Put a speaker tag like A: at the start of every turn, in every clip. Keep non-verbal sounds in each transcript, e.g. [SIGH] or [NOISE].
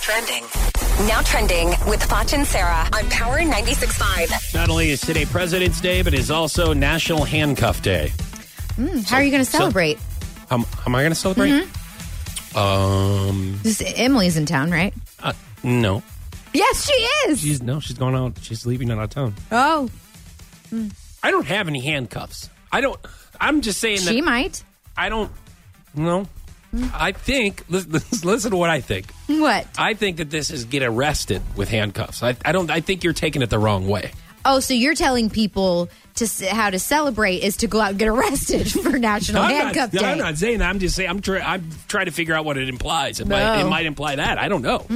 A: Trending. Now trending with Foch and Sarah on Power 96.5.
B: Not only is today President's Day, but is also National Handcuff Day.
C: How are you going to
B: so-
C: celebrate?
B: How, how am I going to celebrate?
C: Mm-hmm.
B: Um,
C: This- Emily's in town, right?
B: uh, no,
C: Yes, she is.
B: she's no, she's going out. She's leaving out of town.
C: oh,
B: I don't have any handcuffs. I don't. I'm just saying
C: she
B: that
C: might. Mm.
B: I don't. No, I think. [LAUGHS] Listen, listen to what I think.
C: What?
B: I think that this is get arrested with handcuffs. I, I don't. I think you're taking it the wrong way.
C: Oh, so you're telling people to s- how to celebrate is to go out and get [LAUGHS] arrested
B: [LAUGHS]
C: for National Handcuff
B: not,
C: Day.
B: I'm not saying. that. I'm just saying. I'm trying. I'm trying to figure out what it implies. It, might,
C: No. Hmm.
B: it might imply that. I don't know.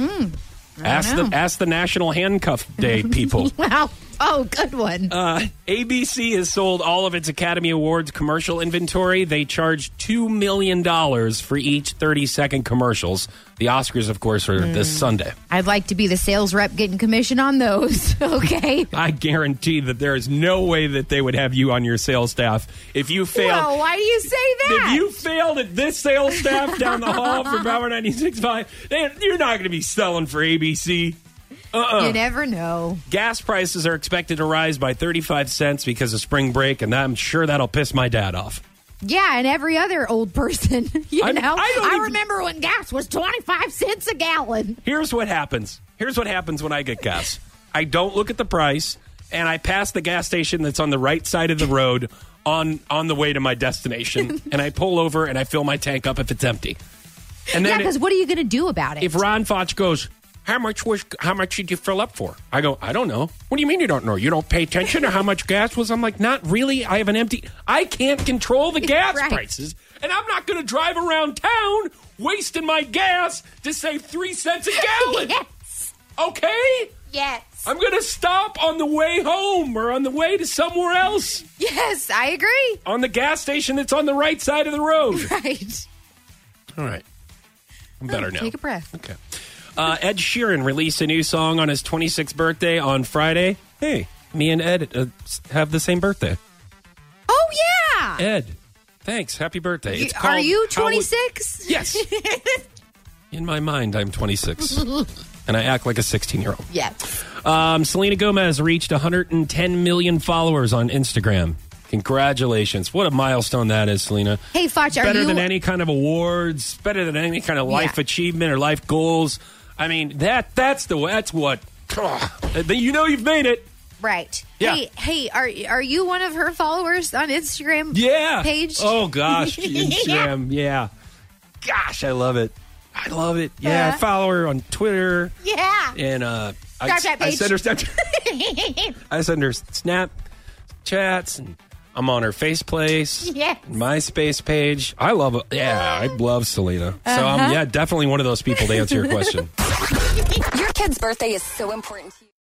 B: ask
C: know.
B: the ask the National Handcuff
C: [LAUGHS]
B: Day people.
C: Wow. Oh, good one.
B: Uh, ABC has sold all of its Academy Awards commercial inventory. They charge two million dollars for each thirty second commercials. The Oscars, of course, are
C: Hmm.
B: this Sunday.
C: I'd like to be the sales rep getting commission on those. [LAUGHS] okay.
B: I guarantee that there is no way that they would have you on your sales staff if you failed.
C: Well, why do you say that?
B: If you failed at this sales staff down the hall for Power 96.5, then you're not going to be selling for ABC. Uh.
C: You never know.
B: Gas prices are expected to rise by 35 cents because of spring break, and I'm sure that'll piss my dad off.
C: Yeah, and every other old person, [LAUGHS] you
B: I-
C: know.
B: I don't even-
C: remember when gas was 25 cents a gallon.
B: Here's what happens. Here's what happens when I get gas. I don't look at the price, and I pass the gas station that's on the right side of the road on on the way to my destination, and I pull over and I fill my tank up if it's empty. And
C: Yeah,
B: then it-
C: because what are you going to do about it?
B: if
C: [LAUGHS]
B: Ron Foch goes, how much was how much did you fill up for? I go, I don't know. What do you mean you don't know? You don't pay attention to how much gas was? I'm like, not really. I have an empty. I can't control
C: [LAUGHS]
B: the gas
C: Right.
B: prices, and I'm not going to drive around town wasting my gas to save three cents a
C: [LAUGHS]
B: gallon.
C: yes.
B: Okay,
C: Yes.
B: I'm going to stop on the way home or on the way to somewhere else
C: Yes, I agree.
B: on the gas station that's on the right side of the road.
C: Right.
B: All right, I'm better now.
C: Oh, Take a breath.
B: Okay. Uh, Ed Sheeran released a new song on his 26th birthday on Friday. Hey, me and Ed uh, s- have the same birthday.
C: Oh, yeah.
B: Ed, thanks. Happy birthday. It's
C: Are
B: called
C: you
B: How Would-
C: 26? [LAUGHS]
B: Yes. In my mind, I'm 26. and I act like a 16 year old.
C: yes.
B: Um, Selena Gomez reached 110 million followers on Instagram. Congratulations. What a milestone that is, Selena.
C: Hey, Foch, are
B: better
C: you
B: than any kind of awards, better than any kind of life
C: Yeah.
B: achievement or life goals. I mean, that that's the that's what Ugh. you know you've made it.
C: right?
B: Yeah.
C: Hey, hey, are are you one of her followers on Instagram?
B: Yeah.
C: Page.
B: Oh
C: [LAUGHS]
B: gosh,
C: Yeah.
B: Instagram. yeah. Gosh, I love it. I love it. Yeah,
C: Uh-huh.
B: I follow her on Twitter
C: Yeah.
B: and uh I,
C: Snapchat
B: I
C: page.
B: send her Snapchat.
C: [LAUGHS]
B: I send her Snap chats and I'm on her Faceplace,
C: Yes.
B: MySpace page. I love it. Yeah, I love Selena. um,
C: Uh-huh.
B: So I'm yeah, definitely one of those people to answer your question.
A: Your kid's birthday is so important to you.